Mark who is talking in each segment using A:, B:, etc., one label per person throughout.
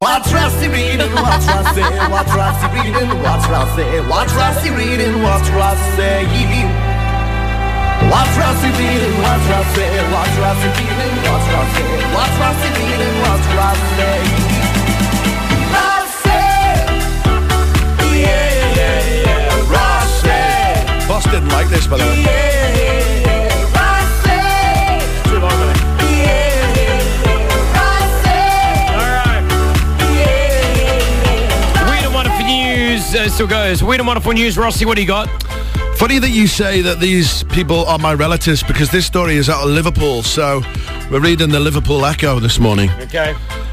A: What's Rusty reading? What's Rusty? What's Rusty reading? What's Rusty? What's Rusty reading? What's Rusty? What's Rusty reading? What's Rusty? What's Rusty reading? What's Rusty? What's Rusty reading? What's Rusty? Rusty! Yeah, yeah, yeah, Rusty!
B: Boss didn't like this, by the way.
A: Yeah, yeah, yeah, Rusty!
C: Too long for that.
A: Yeah, yeah, yeah,
C: All
A: Rusty!
C: right.
D: Weird and wonderful news uh, still goes. Weird and wonderful news, Rossi. What do you got?
B: Funny that you say that these people are my relatives because this story is out of Liverpool. So we're reading the Liverpool Echo this morning.
C: Okay.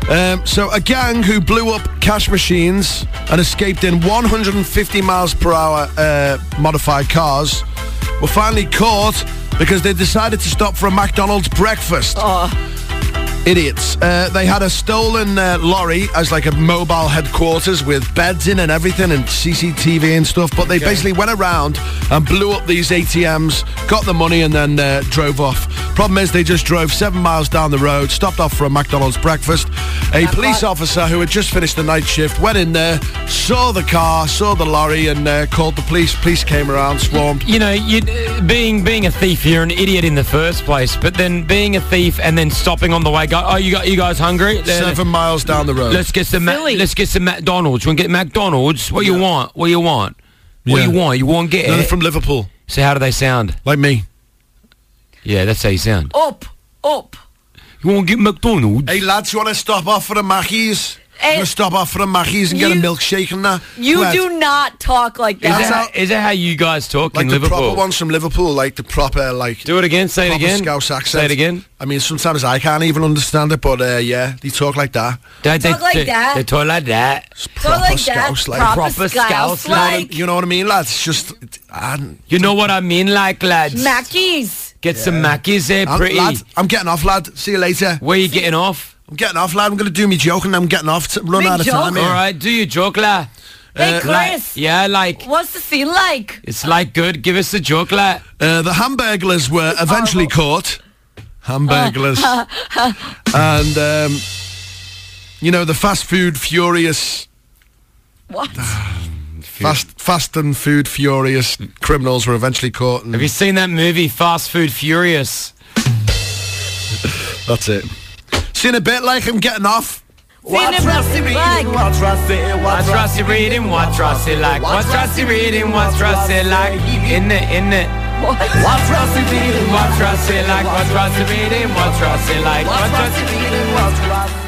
B: Um, so a gang who blew up cash machines and escaped in 150 miles per hour uh, modified cars were finally caught because they decided to stop for a McDonald's breakfast.
D: Oh.
B: Idiots. Uh, they had a stolen uh, lorry as like a mobile headquarters with beds in and everything and CCTV and stuff, but they basically went around and blew up these ATMs, got the money and then uh, drove off. Problem is they just drove seven miles down the road, stopped off for a McDonald's breakfast. A police officer who had just finished the night shift went in there, saw the car, saw the lorry and uh, called the police. Police came around, swarmed.
D: You know, you uh, being being a thief, you're an idiot in the first place. But then being a thief and then stopping on the way, go, oh, you got you guys hungry? Uh,
B: Seven miles down the road.
D: Let's get some. Ma-
E: Silly.
D: let's get some McDonald's. You want to get McDonald's? What you want? What you want? What
B: Yeah.
D: you want? You want get
B: No, they're
D: it?
B: from Liverpool,
D: so how do they sound?
B: like me.
D: Yeah, that's how you sound.
E: Up, up.
D: You want to get McDonald's?
B: Hey lads, you want to stop off for the Mackies?
E: Hey,
B: you want to stop off for the Mackies and get a
E: you-
B: milkshake uh, and that?
E: You
B: Right.
E: do not talk like
D: Is
E: that.
B: That's
D: that, is that how you guys talk
B: like
D: in
B: the
D: Liverpool?
B: proper ones from Liverpool, like the proper like.
D: Do it again. Say it
B: proper
D: again.
B: Scouse accent.
D: Say it again.
B: I mean, sometimes I can't even understand it, but uh, yeah, they talk like that.
D: They,
E: Talk like
D: they,
E: that.
D: They talk like that.
B: It's
E: Talk
B: proper
E: like that.
B: Scouse, like
E: proper
D: Proper
E: scouse
D: Scouse
E: like
B: You know what I mean, lads? It's just it- and,
D: You know what I mean, like lads.
E: Mackies.
D: Get some Mackies there,
B: and,
D: pretty.
B: lad, I'm getting off, lad. See you later.
D: Where you getting off?
B: I'm getting off, lad. I'm gonna do me joke and I'm getting off. To run
E: Big
B: out of
E: joke.
B: time. here.
D: All right, do your joke, la.
E: Hey,
D: Uh, like-
E: Chris.
D: yeah, like
E: What's the scene like?
D: it's like good. Give us the joke, la.
B: Uh, the Hamburglers were eventually caught. Hamburglers. and, um, you know, the fast food furious,
E: What?
B: fast, fast and food furious criminals were eventually caught. And
D: Have you seen that movie, Fast Food Furious?
B: that's it. Seen a bit like him getting off.
A: What's Rusty
E: Like.
A: reading? What's Rusty?
D: What's Rusty reading? What's Rusty like? What's Rusty reading? What's Rusty like? In it, in it.
E: What?
A: What's Rusty reading?
D: What's Rusty like? What's Rusty reading? What's Rusty like?
A: What's
D: What's Rusty?
A: Rusty reading? What's Rusty?